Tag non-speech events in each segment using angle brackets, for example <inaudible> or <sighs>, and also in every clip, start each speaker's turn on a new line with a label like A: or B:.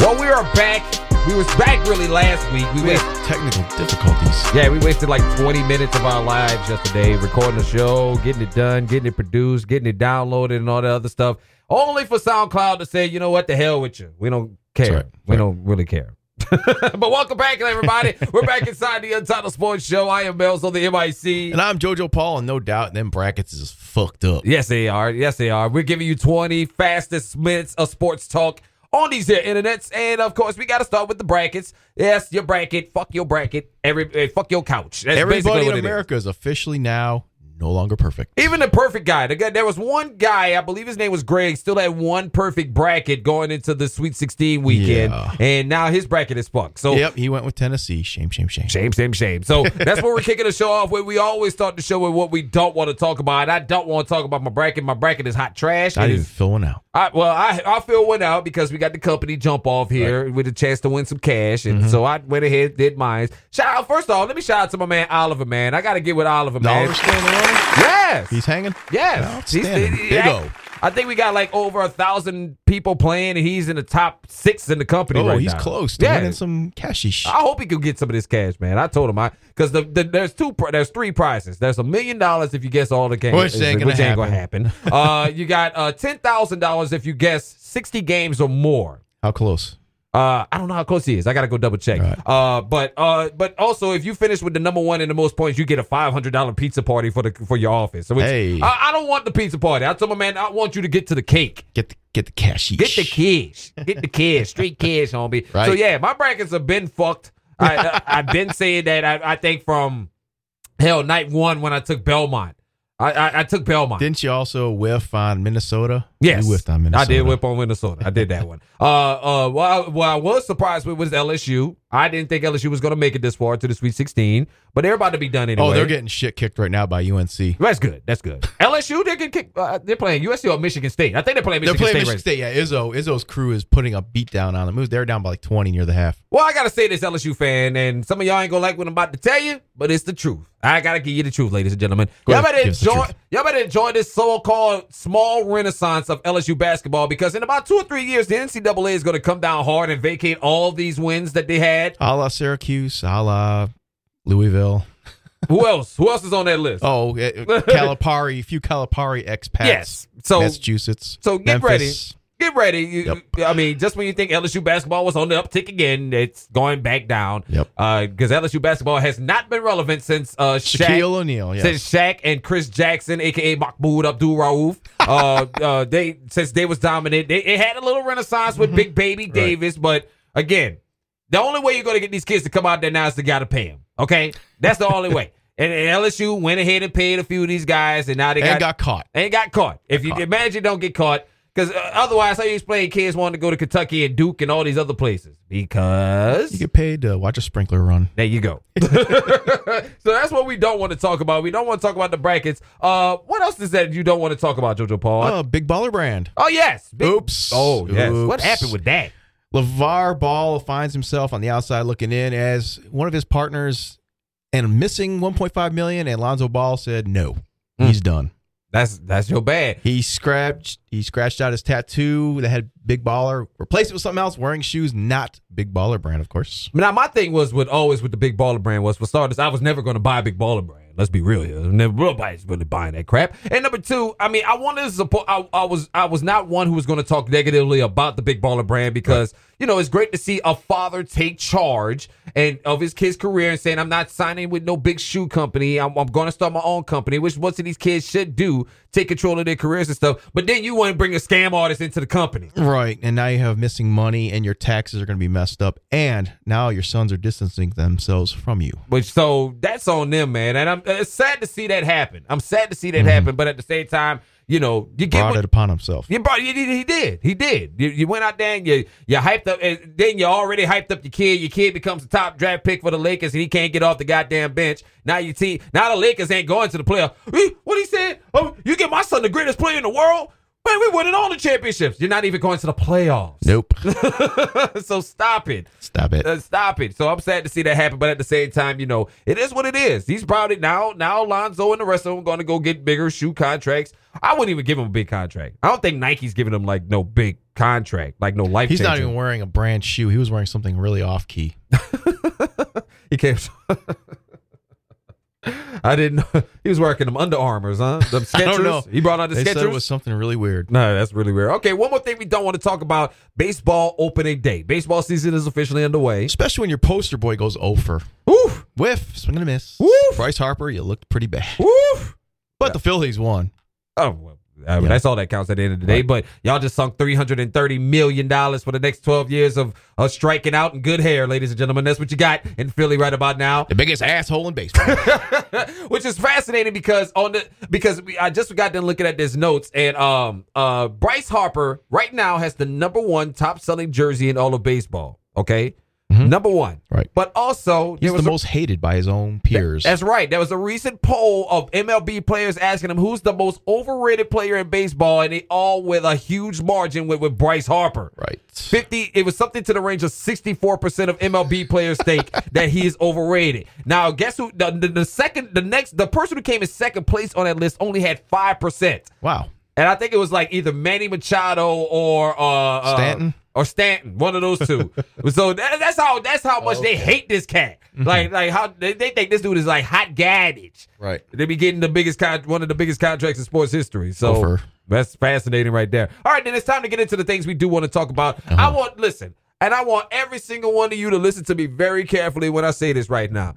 A: Well, we are back. We was back really last week. We
B: We
A: went.
B: had technical difficulties.
A: Yeah, we wasted like 20 minutes of our lives yesterday recording the show, getting it done, getting it produced, getting it downloaded, and all that other stuff. Only for SoundCloud to say, you know what, the hell with you. We don't care.
B: right.
A: We don't really care. <laughs> but welcome back, everybody. We're back inside the Untitled Sports Show. I am Melzo, the MIC.
B: And I'm JoJo Paul, and no doubt, them brackets is fucked up.
A: Yes, they are. Yes, they are. We're giving you 20 fastest minutes of sports talk on these here internets. And of course, we got to start with the brackets. Yes, your bracket. Fuck your bracket. Every, eh, fuck your couch. That's
B: Everybody
A: basically
B: in
A: what it is.
B: America is officially now no longer perfect.
A: Even the perfect guy. The guy- There was one guy, I believe his name was Greg, still had one perfect bracket going into the Sweet 16 weekend.
B: Yeah.
A: And now his bracket is fucked. So
B: Yep, he went with Tennessee. Shame, shame, shame.
A: Shame, shame, shame. So
B: <laughs>
A: that's where we're kicking the show off. Where we always start the show with what we don't want to talk about. I don't want to talk about my bracket. My bracket is hot trash.
B: Not
A: It
B: even
A: is-
B: filling out.
A: I, well, I I feel one out because we got the company jump off here with a chance to win some cash,
B: Mm-hmm.
A: and so I went ahead did mine. Shout out first off, let me shout out to my man Oliver, man. I got to get with Oliver, man.
B: Dollar's still in the running.
A: Yes,
B: He's hanging.
A: yes, He's-
B: Outstanding.
A: he- he-
B: Big
A: I-
B: O.
A: I think we got like over a thousand people playing, and he's in the top six in the company
B: Oh,
A: right
B: he's
A: now.
B: close to
A: Yeah, Ah.
B: winning some cashish.
A: I hope he can get some of this cash, man. I told him I because the, the there's two pri- there's three prizes. There's a million dollars if you guess all the games,
B: Which ain't gonna
A: happen. uh, you got uh ten thousand dollars if you guess sixty games or more.
B: How close?
A: Uh, I don't know how close he is. I gotta go double check.
B: Right.
A: Uh, but uh, but also if you finish with the number one and the most points, you get a five hundred dollar pizza party for the for your office. So it's,
B: Hey.
A: I, I don't want the pizza party. I told my man I want you to get to the cake.
B: Get the get the cashish.
A: Get the kids. Get the kids.
B: <laughs>
A: Street kids, homie.
B: Right.
A: So yeah, my brackets have been fucked. I, I I've been saying that. I, I think from hell night one when I took Belmont. I I, I took Belmont.
B: Didn't you also whiff on Minnesota?
A: yes,
B: You whiffed on Minnesota.
A: I did whip on Minnesota. I did that one. Uh, uh, what I, what I was surprised with was LSU. I didn't think LSU was going to make it this far to the Sweet 16, but they're about to be done anyway.
B: Oh, they're getting shit kicked right now by UNC.
A: That's good. That's good. LSU, they can kick. Uh, they're playing USC or Michigan State. I think they're playing
B: They're
A: Michigan
B: playing
A: State. right
B: Michigan State. Yeah, Izzo. Izzo's crew is putting a beat down on them. It was- They're down by like twenty near the half.
A: Well, I gotta say this, LSU fan, and some of y'all ain't gonna like what I'm about to tell you, but it's the truth. I gotta give you the truth, ladies and gentlemen.
B: Go
A: Y'all
B: ahead,
A: better
B: give us the
A: enjoy.
B: truth.
A: Y'all better enjoy this so-called small renaissance of LSU basketball because in about two or three years, the NCAA is gonna come down hard and vacate all these wins that they
B: <laughs>
A: had.
B: A la Syracuse, a la Louisville.
A: Who else? Who else is on that list? <laughs>
B: Oh, uh, Calipari, a few Calipari expats.
A: yes. So
B: Massachusetts.
A: So get
B: Memphis.
A: ready. Get ready. You, I mean, just when you think LSU basketball was on the uptick again, it's going back down. Uh,
B: Yep.
A: Because LSU basketball has not been relevant since uh, Shaq-
B: Shaquille O'Neal. Yes.
A: since Shaq and Chris Jackson, aka Mahmoud Abdul Rauf,
B: <laughs>
A: uh, uh, they since they was dominant, they it had a little renaissance
B: Mm-hmm.
A: with Big Baby Davis, but again, the only way you're gonna get these kids to come out there now is to gotta pay them. Okay, that's the only
B: <laughs>
A: way. And, and LSU went ahead and paid a few of these guys, and now they
B: and
A: got,
B: got, caught.
A: and got caught. If you imagine, don't get caught. Because uh, otherwise, how you explain kids wanting to go to Kentucky and Duke and all these other places? Because
B: You get paid to watch a sprinkler run.
A: there you go. <laughs> so that's what we don't want to talk about. We don't want to talk about the brackets. Uh, what else is that you don't want to talk about, JoJo Paul?
B: Oh, big baller brand.
A: oh yes. Big-
B: Oops.
A: Oh yes. What
B: Oops.
A: happened with that?
B: LeVar Ball finds himself on the outside looking in as one of his partners and missing 1.5 million. And Lonzo Ball said no,
A: Hmm.
B: he's done.
A: That's that's your bad.
B: He scratched he scratched out his tattoo that had Big Baller, replaced it with something else, wearing shoes not Big Baller brand, of course.
A: Now my thing was with always with the big baller brand was for starters, I was never going to buy a big baller brand. Let's be real here. Never, nobody's really buying that crap. And number two, I mean, I wanted to support. I, I was I was not one who was going to talk negatively about the big baller brand because you know it's great to see a father take charge and of his kid's career and saying I'm not signing with no big shoe company. I'm, I'm going to start my own company, which most of these kids should do, take control of their careers and stuff. But then you want to bring a scam artist into the company.
B: Right. And now you have missing money and your taxes are going to be messed up. And now your sons are distancing themselves from you.
A: But so that's on them, man. And I'm it's sad to see that happen. I'm sad to see that happen. But at the same time, you know, you get
B: Mm-hmm. Brought
A: what,
B: it upon himself.
A: you brought. You, he did. He did. You, you went out there and you you hyped up. And then you already hyped up your kid. Your kid becomes a top draft pick for the Lakers, and he can't get off the goddamn bench. Now your team. Now the Lakers ain't going to the playoff. Eh, What he said? Oh, you get my son the greatest player in the world. Man, we winning all the championships. You're not even going to the playoffs. <laughs>
B: Nope.
A: so stop it.
B: Stop it.
A: Uh, stop it. So I'm sad to see that happen, but at the same time, you know, it is what it is. He's proud of it now. Now Lonzo and the rest of them going to go get bigger shoe contracts. I wouldn't even give him a big contract. I don't think Nike's giving him like no big contract, like no life.
B: He's not
A: changing.
B: even wearing a brand shoe. He was wearing something really off key.
A: He came. <laughs> I didn't. know. <laughs> He was working them Under Armours, huh? The
B: <laughs>
A: Skechers.
B: know.
A: He brought out the
B: They said it
A: Skechers.
B: was something really weird.
A: No, that's really weird. Okay, one more thing we don't want to talk about: baseball opening day. Baseball season is officially underway.
B: Especially when your poster boy goes over.
A: Woof,
B: Whiff, swing and a miss.
A: woof,
B: Bryce Harper, you looked pretty bad.
A: woof.
B: But the Phillies won.
A: Oh, well, I mean,
B: Yeah.
A: that's all that counts at the end of the day. But y'all just sunk three hundred and thirty million dollars for the next twelve years of uh, striking out and good hair, ladies and gentlemen. That's what you got in Philly right about now. <laughs>
B: The biggest asshole in baseball.
A: which is fascinating because on the because we, I just got done looking at this notes and um uh Bryce Harper right now has the number one top selling jersey in all of baseball. Okay, number one.
B: Mm-hmm. Right.
A: But also
B: He's
A: there
B: the
A: was a-
B: most hated by his own peers.
A: that's right. There was a recent poll of MLB players asking him who's the most overrated player in baseball, and they all with a huge margin with with Bryce Harper.
B: right.
A: 50 it was something to the range of 64% of mlb players think that he is overrated now guess who the, the, the second the next the person who came in second place on that list only had 5%
B: Wow.
A: and i think it was like either manny machado or uh, uh
B: Stanton?
A: or stanton one of those two so that, that's how that's how much they hate this cat like like how they, they think this dude is like hot garbage
B: Right.
A: they be getting the biggest con- one of the biggest contracts in sports history. So
B: Over.
A: that's fascinating right there. All right, then it's time to get into the things we do want to talk about. I want listen, and I want every single one of you to listen to me very carefully when I say this right now.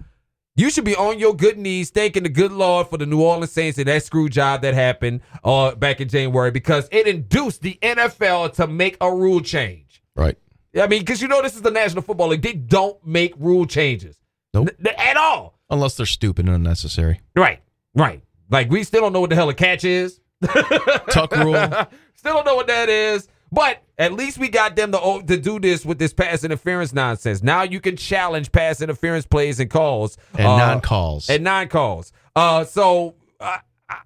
A: You should be on your good knees thanking the good Lord for the New Orleans Saints and that screw job that happened uh, back in January because it induced the NFL to make a rule change.
B: Right.
A: I mean, because you know this is the National Football League; they don't make rule changes
B: Nope.
A: N- at all.
B: Unless they're stupid and unnecessary.
A: Right, right. Like we still don't know what the hell a catch is. <laughs>
B: Tuck rule. Right.
A: still don't know what that is. But at least we got them to oh, to do this with this pass interference nonsense. Now you can challenge pass interference plays and calls
B: And
A: uh,
B: non-calls.
A: and non calls. Uh, so uh, I,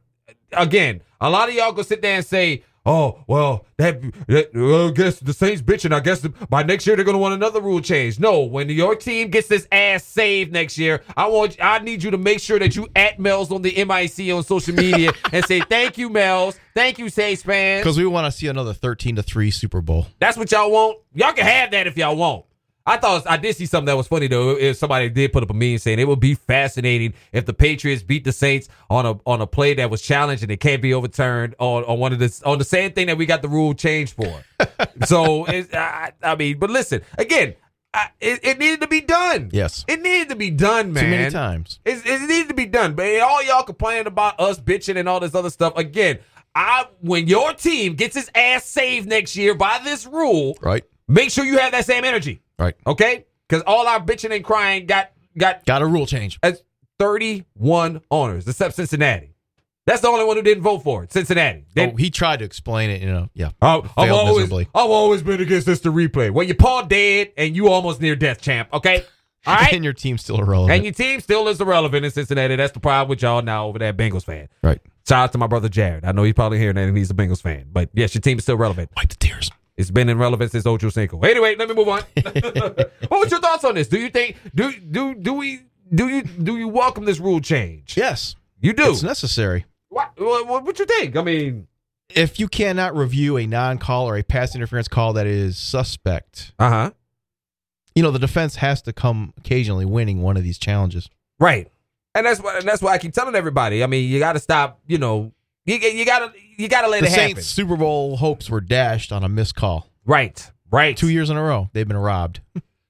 A: again, a lot of y'all go sit there and say. Oh well, that, that well, I guess the Saints bitching. I guess the, by next year they're gonna want another rule change. No, when your team gets this ass saved next year, I want I need you to make sure that you at Mel's on the MIC on social media and say thank you, Mel's, thank you, Saints fans.
B: Because we want to see another 13 to 3 Super Bowl.
A: That's what y'all want. Y'all can have that if y'all want. I thought I did see something that was funny though. If somebody did put up a meme saying it would be fascinating if the Patriots beat the Saints on a on a play that was challenged and it can't be overturned on, on one of the on the same thing that we got the rule changed
B: <laughs>
A: for. so it's, I, I mean, but listen again, I, it, it needed to be done.
B: Yes.
A: it needed to be done, man.
B: Too many times.
A: It's, it needs to be done. But all y'all complaining about us bitching and all this other stuff. Again, I when your team gets its ass saved next year by this rule,
B: Right.
A: make sure you have that same energy,
B: Right.
A: okay? Because all our bitching and crying got got
B: Got a rule change.
A: as 31 owners, except Cincinnati. That's the only one who didn't vote for it. Cincinnati. They-
B: Oh, he tried to explain it, you know. Yeah.
A: I've, I've
B: Oh, failed
A: always,
B: miserably.
A: I've always been against this to replay. Well, your paw dead and you almost near death, champ.
B: <laughs>
A: Okay, all right.
B: And your team's still irrelevant.
A: And your team still is irrelevant in Cincinnati. That's the problem with y'all now over there, Bengals fan.
B: right.
A: Shout out to my brother Jared. I know he's probably hearing that and he's a Bengals fan. But yes, your team is still relevant.
B: Wipe the tears.
A: It's been irrelevant since Ocho Cinco. Anyway, let me move on. <laughs> what was your thoughts on this? Do you think do do do we do you do you welcome this rule change?
B: Yes.
A: You do.
B: It's necessary.
A: What, what what you think? I mean,
B: If you cannot review a non-call or a pass interference call that is suspect,
A: uh huh.
B: you know, the defense has to come occasionally winning one of these challenges.
A: Right. And that's why and that's why I keep telling everybody. I mean, you got to stop. You know, you you gotta you gotta let
B: The
A: it happen.
B: Saints' Super Bowl hopes were dashed on a missed call.
A: Right. Right.
B: Two years in a row, they've been robbed.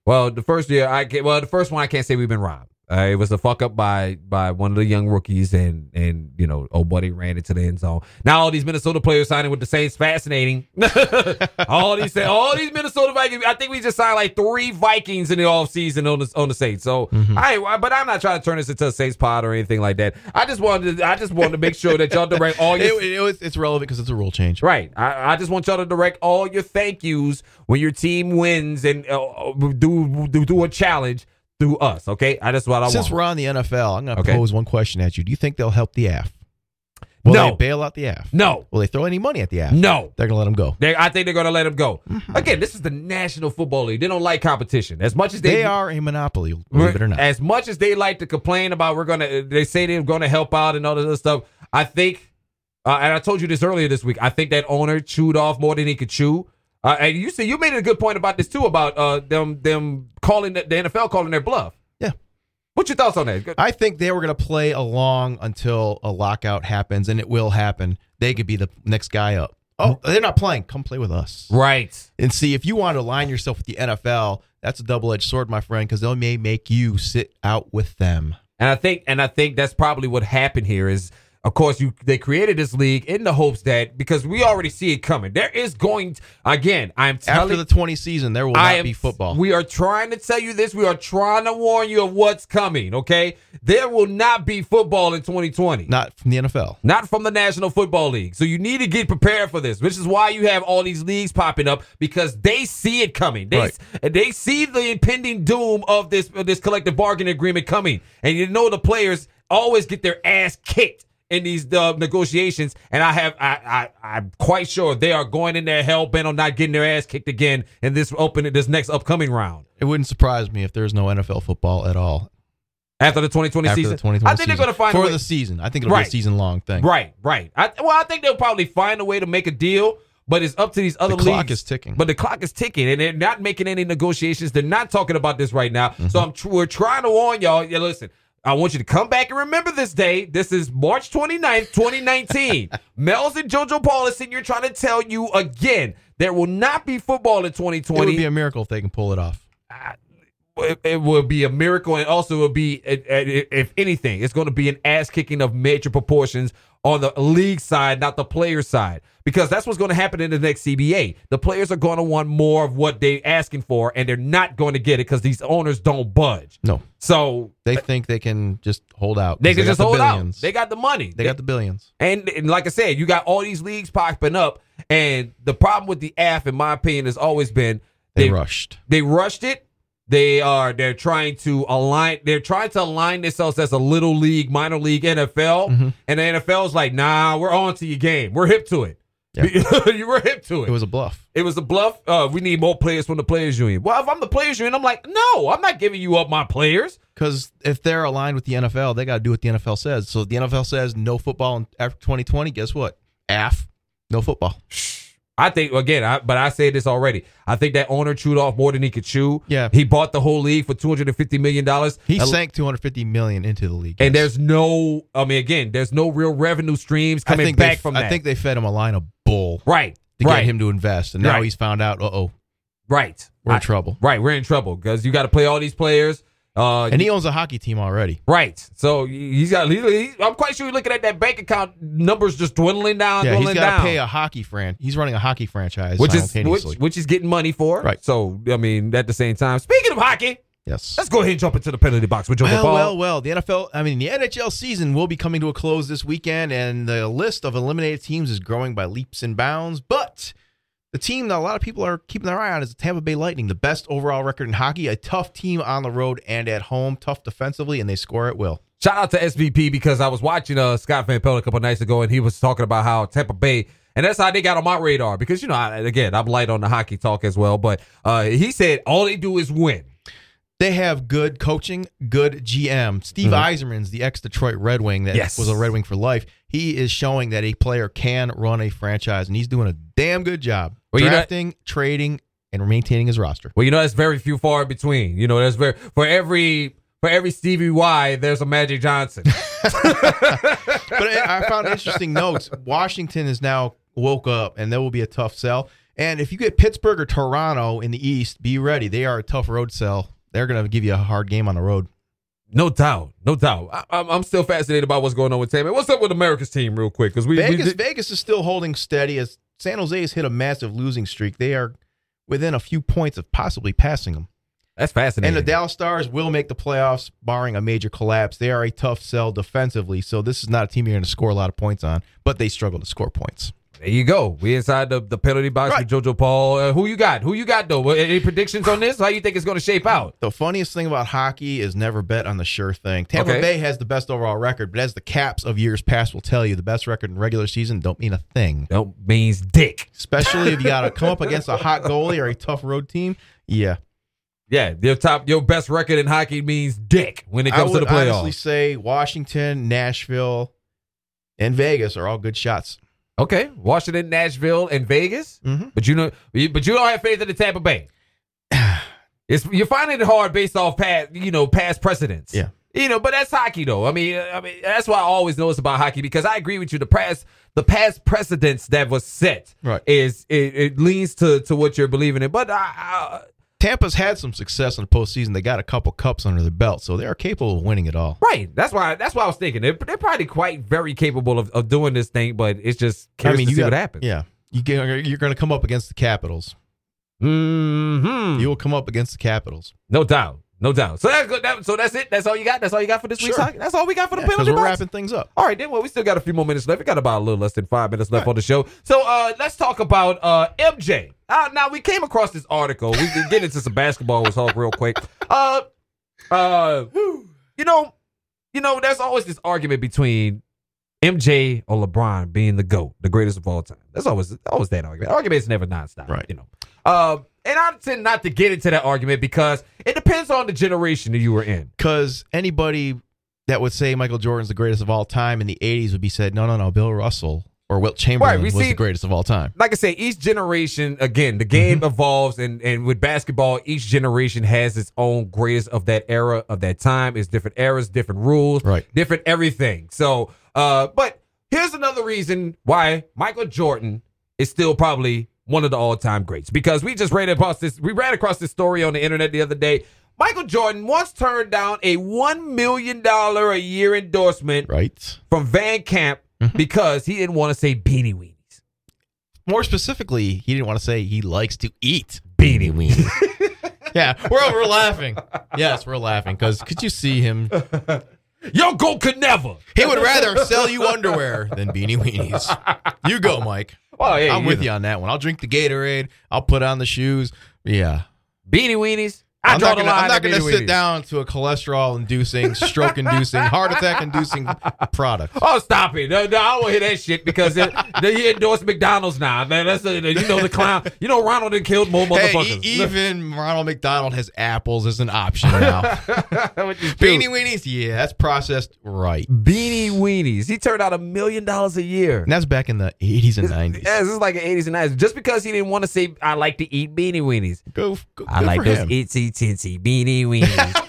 A: Well, the first year I can well, the first one I can't say we've been robbed. Uh, it was a fuck up by by one of the young rookies, and and you know, old buddy ran into the end zone. Now all these Minnesota players signing with the Saints, fascinating. <laughs> all these all these Minnesota Vikings. I think we just signed like three Vikings in the offseason on the on the Saints. So I, but I'm not trying to turn this into a Saints pod or anything like that. I just wanted to, I just wanted to make sure that y'all direct all your
B: <laughs> It, it was, it's relevant because it's a rule change.
A: Right. I, I just want y'all to direct all your thank yous when your team wins and uh, do, do do a challenge through us. Okay, I that's what I
B: Since
A: want.
B: we're on the NFL, I'm going to
A: Okay.
B: pose one question at you. Do you think they'll help the AF? Will
A: No.
B: they bail out the AF?
A: No,
B: Will they throw any money at the AF?
A: no.
B: They're going to let them go.
A: They, I think they're gonna let him go. Again, this is the National Football League. They don't like competition as much as they,
B: They are a monopoly, believe it or not.
A: As much as they like to complain about, we're gonna. They say they're gonna help out and all this other stuff. I think, uh, and I told you this earlier this week. I think that owner chewed off more than he could chew. Uh, and you see, you made a good point about this too about uh, them them calling the, the NFL calling their bluff.
B: Yeah.
A: What's your thoughts on that? Good-
B: I think they were going to play along until a lockout happens, and it will happen. They could be the next guy up. Oh, they're not playing. Come play with us.
A: Right.
B: And see, if you want to align yourself with the NFL, that's a double edged sword, my friend, because they may make you sit out with them.
A: And I think and I think that's probably what happened here is of course you they created this league in the hopes that because we already see it coming. There is going again, I'm
B: After
A: telling
B: the 20 season, there will not
A: I am-
B: be football.
A: We are trying to tell you this. We are trying to warn you of what's coming, okay? There will not be football in 2020.
B: not from the NFL.
A: Not from the National Football League. So you need to get prepared for this, which is why you have all these leagues popping up because they see it coming. They
B: Right.
A: they see the impending doom of this of this collective bargaining agreement coming, and you know the players always get their ass kicked in these uh, negotiations. And I have I, I I'm quite sure they are going in there hell bent on not getting their ass kicked again in this open this next upcoming round.
B: It wouldn't surprise me if there's no NFL football at all
A: After the 2020
B: after
A: season,
B: the 2020
A: I think they're
B: season.
A: going to find a
B: for
A: way-
B: the season. I think it'll be
A: Right.
B: a season long thing.
A: Right, right. I, well, I think they'll probably find a way to make a deal, but it's up to these other
B: The clock
A: leagues.
B: is ticking.
A: But the clock is ticking, and they're not making any negotiations. They're not talking about this right now.
B: Mm-hmm.
A: So I'm tr- we're trying to warn y'all. Yeah, listen. I want you to come back and remember this day. This is March 29th,
B: <laughs>
A: 2019. Mel's and JoJo Paulison, you're trying to tell you again there will not be football in 2020
B: It would be a miracle if they can pull it off.
A: it, it will be a miracle, and also will be, it, it, if anything, it's going to be an ass kicking of major proportions on the league side, not the player side, because that's what's going to happen in the next CBA. The players are going to want more of what they're asking for, and they're not going to get it because these owners don't budge.
B: No.
A: So
B: They think they can just hold out.
A: they
B: 'cause
A: can just
B: got the
A: hold
B: billions.
A: out. They got the money.
B: They got the billions.
A: And, and like I said, you got all these leagues popping up, and the problem with the AF, in my opinion, has always been
B: They, rushed.
A: they rushed it. They are they're trying to align they're trying to align themselves as a little league, minor league NFL.
B: Mm-hmm.
A: And the NFL's like, nah, we're on to your game. We're hip to it.
B: Yeah.
A: <laughs> you were hip to it.
B: It was a bluff.
A: a bluff. Uh, we need more players from the players union. Well, if I'm the players union, I'm like, no, I'm not giving you up my players.
B: Because if they're aligned with the NFL, they got to do what the NFL says. So if the NFL says no football in- after 2020, guess what? AF, no football.
A: I think again, I, but I said this already. I think that owner chewed off more than he could chew.
B: Yeah.
A: He bought the whole league for two hundred and fifty million dollars.
B: He sank 250 million into the league.
A: and
B: yes.
A: there's no I mean again, there's no real revenue streams
B: I
A: coming
B: think
A: back
B: they,
A: from
B: I
A: that.
B: think they fed him a line of bull
A: right.
B: to
A: right.
B: get him to invest, and now
A: Right.
B: he's found out. Uh oh,
A: Right.
B: we're in
A: I-
B: trouble.
A: Right. We're in trouble because you got to play all these players. Uh,
B: And he owns a hockey team already.
A: right. So he- he's got. He, he- I'm quite sure you're looking at that bank account numbers just dwindling down,
B: Yeah, he's
A: dwindling
B: got
A: down,
B: to pay a hockey fran. He's running a hockey franchise
A: which is which,
B: simultaneously.
A: which is getting money for.
B: Right.
A: So I mean, at the same time, speaking of hockey,
B: yes.
A: let's go ahead and jump into the penalty box with Joker
B: Well,
A: Paul.
B: well, well. The NFL, I mean, the NHL season will be coming to a close this weekend, and the list of eliminated teams is growing by leaps and bounds. But the team that a lot of people are keeping their eye on is the Tampa Bay Lightning, the best overall record in hockey, a tough team on the road and at home, tough defensively, and they score at will.
A: Shout out to SVP because I was watching uh, Scott Van Pelt a couple nights ago and he was talking about how Tampa Bay and that's how they got on my radar because you know I, again I'm light on the hockey talk as well, but uh, he said all they do is win.
B: They have good coaching, good GM. Steve Eiserman's the ex Detroit Red Wing that
A: Mm-hmm. Yes.
B: was a Red Wing for life. He is showing that a player can run a franchise, and he's doing a damn good job
A: Well, you know-
B: drafting, trading, and maintaining his roster.
A: Well, you know, that's very few far between. You know, there's very for every for every Stevie Y, there's a Magic Johnson. <laughs>
B: but I I found
A: <laughs>
B: interesting notes. Washington is now woke up, and that will be a tough sell. And if you get Pittsburgh or Toronto in the East, be ready. They are a tough road sell. They're going to give you a hard game on the road.
A: no doubt, no doubt. I, I'm, I'm still fascinated by what's going on with Tampa. What's up with America's team, real quick? Because we, we
B: Vegas,
A: did-
B: Vegas is still holding steady as San Jose has hit a massive losing streak. They are within a few points of possibly passing them.
A: that's fascinating.
B: And the Dallas Stars will make the playoffs, barring a major collapse. They are a tough sell defensively, so this is not a team you're going to score a lot of points on. But they struggle to score points.
A: there you go. We inside the, the penalty box
B: Right.
A: with JoJo Paul. Uh, who you got? Who you got though? What- Any predictions on this? How you think it's going to shape out?
B: The funniest thing about hockey is never bet on the sure thing. Tampa
A: Okay.
B: Bay has the best overall record, but as the caps of years past will tell you, the best record in regular season don't mean a thing.
A: That means dick.
B: Especially if you got to come up against a hot goalie or a tough road team. Yeah.
A: Yeah, your top, your best record in hockey means dick when it
B: I
A: comes
B: would
A: to the playoffs.
B: honestly say Washington, Nashville, and Vegas are all good shots.
A: Okay, Washington, Nashville, and Vegas.
B: Mhm.
A: But you know, you- but you don't have faith in the Tampa
B: <sighs>
A: Bay. It's you're finding it hard based off past, you know, past precedents.
B: Yeah.
A: You know, but that's hockey though. I mean, uh, I mean that's why I always know it's about hockey because I agree with you. The past, the past precedents that was set
B: Right.
A: is it, it leans to to what you're believing in. But I, I,
B: Tampa's had some success in the postseason. They got a couple cups under their belt, so they are capable of winning it all.
A: right, that's why that's why I was thinking they're, they're probably quite very capable of, of doing this thing. But it's just curious to
B: you
A: see
B: got-
A: what happens.
B: Yeah, you get, you're going to come up against the Capitals.
A: hmm
B: You will come up against the Capitals
A: No doubt. No doubt. So that's good. That, so that's it. That's all you got. That's all you got for this week's
B: Sure.
A: hockey. That's all we got for the
B: because
A: penalty
B: we're
A: box.
B: wrapping things up.
A: All right, then. Well, we still got a few more minutes left. We got about a little less than five minutes left on the show. So uh, let's talk about uh, MJ. Uh, now we came across this article. We can get into some basketball with Hulk real quick. Uh, uh, you know, you know, there's always this argument between MJ or LeBron being the GOAT, the greatest of all time. That's always always that argument. Argument's never nonstop.
B: Right.
A: You know. Um, and I tend not to get into that argument because it depends on the generation that you were in.
B: Because anybody that would say Michael Jordan's the greatest of all time in the '80s would be said, no, no, no, Bill Russell or Wilt Chamberlain
A: we
B: was
A: see-
B: the greatest of all time.
A: like I say, each generation, again, the game
B: Mm-hmm.
A: evolves, and and with basketball, each generation has its own greatest of that era of that time. It's different eras, different rules,
B: Right.
A: different everything. So, uh, but here's another reason why Michael Jordan is still probably one of the all-time greats because we just ran across this. We ran across this story on the internet the other day. Michael Jordan once turned down a one million dollar a year endorsement
B: Right. Mm-hmm.
A: from Van Camp because he didn't want to say beanie weenies.
B: More specifically, he didn't want to say he likes to eat.
A: Beanie weenies.
B: <laughs> Yeah, we're we're laughing. Yes, we're laughing because could you see him?
A: Yo, go could never.
B: He would rather sell you underwear than beanie weenies. You go, Mike.
A: Well, hey,
B: I'm with
A: know.
B: you on that one. I'll drink the Gatorade. I'll put on the shoes. Yeah.
A: Beanie weenies. I
B: am
A: draw
B: not
A: the
B: gonna,
A: line.
B: I'm not
A: at
B: going to
A: beanie
B: sit
A: weenies.
B: down to a cholesterol inducing, stroke inducing, heart attack inducing product.
A: Oh, stop it! No, no, I won't hear that shit because it, <laughs> they, he endorsed McDonald's now, man. That's a, you know the clown. You know Ronald done killed more
B: Hey,
A: Oh, motherfuckers. <laughs>
B: e- even Ronald McDonald has apples as an option now.
A: <laughs>
B: Beanie weenies, yeah, that's processed right.
A: beanie weenies. He turned out a million dollars a year.
B: And that's back in the 80s and 90s.
A: Yeah, this is like an '80s and '90s. Just because he didn't want to say, "I like to eat beanie weenies,"
B: Go, go
A: I
B: good
A: like
B: for
A: those e-
B: him.
A: itsy tinsy beanie
B: <laughs>
A: weenies.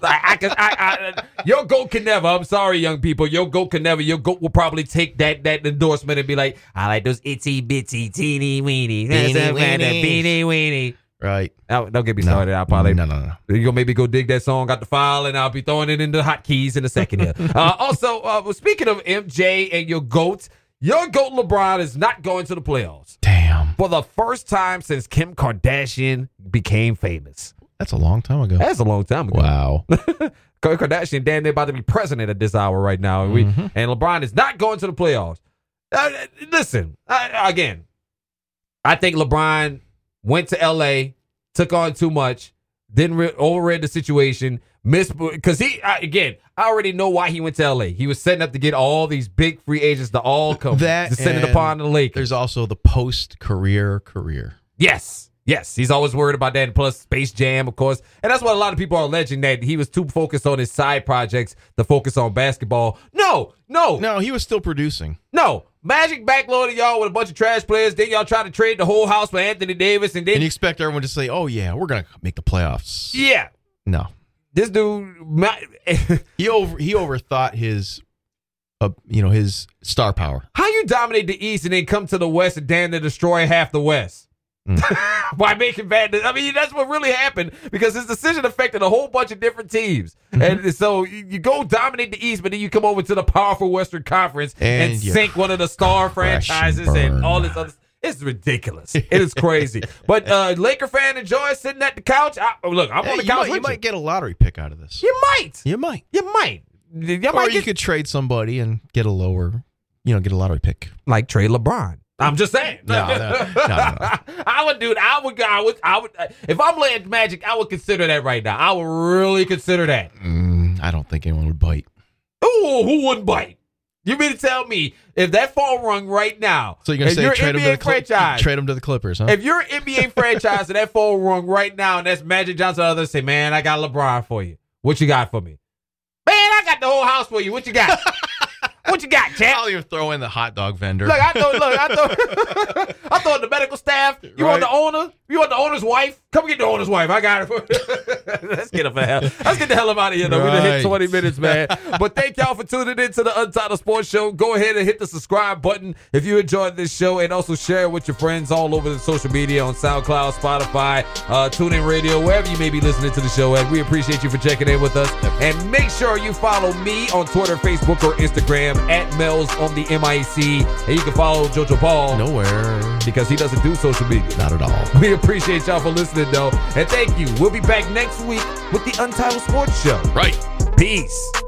A: I, I, can- I, I, your goat can never. I'm sorry, young people. Your goat can never. Your goat will probably take that that endorsement and be like, "I like those itsy bitsy teeny weenies,
B: Beanie
A: That's a better
B: weenies.
A: beanie weenie."
B: Right.
A: Oh, don't get me started. I'll probably
B: No, no, no.
A: you gonna make me go dig that song out the file, and I'll be throwing it in the hotkeys in a second
B: <laughs>
A: here. uh, also, uh, well, speaking of MJ and your goats, your goat LeBron is not going to the playoffs
B: Damn.
A: for the first time since Kim Kardashian became famous.
B: That's a long
A: <laughs>
B: time ago.
A: That's a long time ago. <laughs>
B: Wow.
A: Kim Kardashian, damn, they're about to be president at this hour right now, and we
B: Mm-hmm.
A: and LeBron is not going to the playoffs. Uh, uh, listen, I, again, I think LeBron went to L.A., took on too much, didn't re- overread the situation, missed because he I, again, I already know why he went to L.A. He was setting up to get all these big free agents to all come
B: That
A: descended
B: and
A: upon the Lakers.
B: There's also the post career career.
A: Yes. Yes. He's always worried about that. And plus, Space Jam, of course. And that's what a lot of people are alleging that he was too focused on his side projects to focus on basketball. No, no, no.
B: No, he was still producing.
A: Magic backloaded y'all with a bunch of trash players. Then y'all try to trade the whole house for Anthony Davis. And then,
B: And you expect everyone to say, oh, yeah, we're going to make the playoffs.
A: yeah,
B: No.
A: this dude. My, <laughs>
B: He over he overthought his, uh, you know, his star power.
A: how you dominate the East and then come to the West and damn near destroy half the West? <laughs> By making bad, I mean that's what really happened because his decision affected a whole bunch of different teams, and so you, you go dominate the East, but then you come over to the powerful Western Conference and,
B: And you
A: sink one of the star
B: crash and
A: franchises and
B: burn.
A: all this other. It's ridiculous. It is crazy. but uh Laker fan enjoy sitting at the couch. I, oh, look, I'm
B: Hey,
A: on the
B: you,
A: couch.
B: might,
A: with
B: you might get a lottery pick out of this.
A: You might.
B: You might.
A: You might. You
B: Or
A: might
B: you
A: get
B: could trade somebody and get a lower, you know, get a lottery pick.
A: like Trey LeBron. I'm just saying.
B: No, no, no, no, no.
A: <laughs> I would do it. I would. I would. I would. If I'm laying magic, I would consider that right now. I would really consider that.
B: Mm, I don't think anyone would bite.
A: Ooh, who wouldn't bite? You mean to tell me if that phone rung right now?
B: So you're going
A: if
B: to say
A: you're
B: trade him
A: NBA
B: to the Cl-
A: franchise?
B: trade him to the Clippers, huh?
A: if you're an NBA franchise and that phone rung right now, and that's Magic Johnson, others say, "Man, I got
B: <laughs>
A: LeBron for you. What you got for me? Man, I got the whole house for you. What you got? What you got, Jack?
B: I'll even throw in the hot dog vendor.
A: Look, I thought, look, I
B: <laughs>
A: thought, <laughs> I thought the medical staff. You want
B: Right.
A: the owner? You want the owner's wife? Come get the owner's wife. I got it. <laughs> Let's get up the hell. Let's get the hell up out of here. Though we done hit
B: Right.
A: twenty minutes, man. But thank y'all for tuning in to the Untitled Sports Show. Go ahead and hit the subscribe button if you enjoyed this show, and also share it with your friends all over the social media on SoundCloud, Spotify, uh, TuneIn Radio, wherever you may be listening to the show. At we appreciate you for checking in with us, and make sure you follow me on Twitter, Facebook, or Instagram at Mel's on the MIC, and you can follow JoJo Paul
B: Nowhere.
A: because he doesn't do social media. <laughs>
B: Not at all.
A: We appreciate y'all for listening, though, and thank you. We'll be back next week with the Untitled Sports Show.
B: Right.
A: Peace.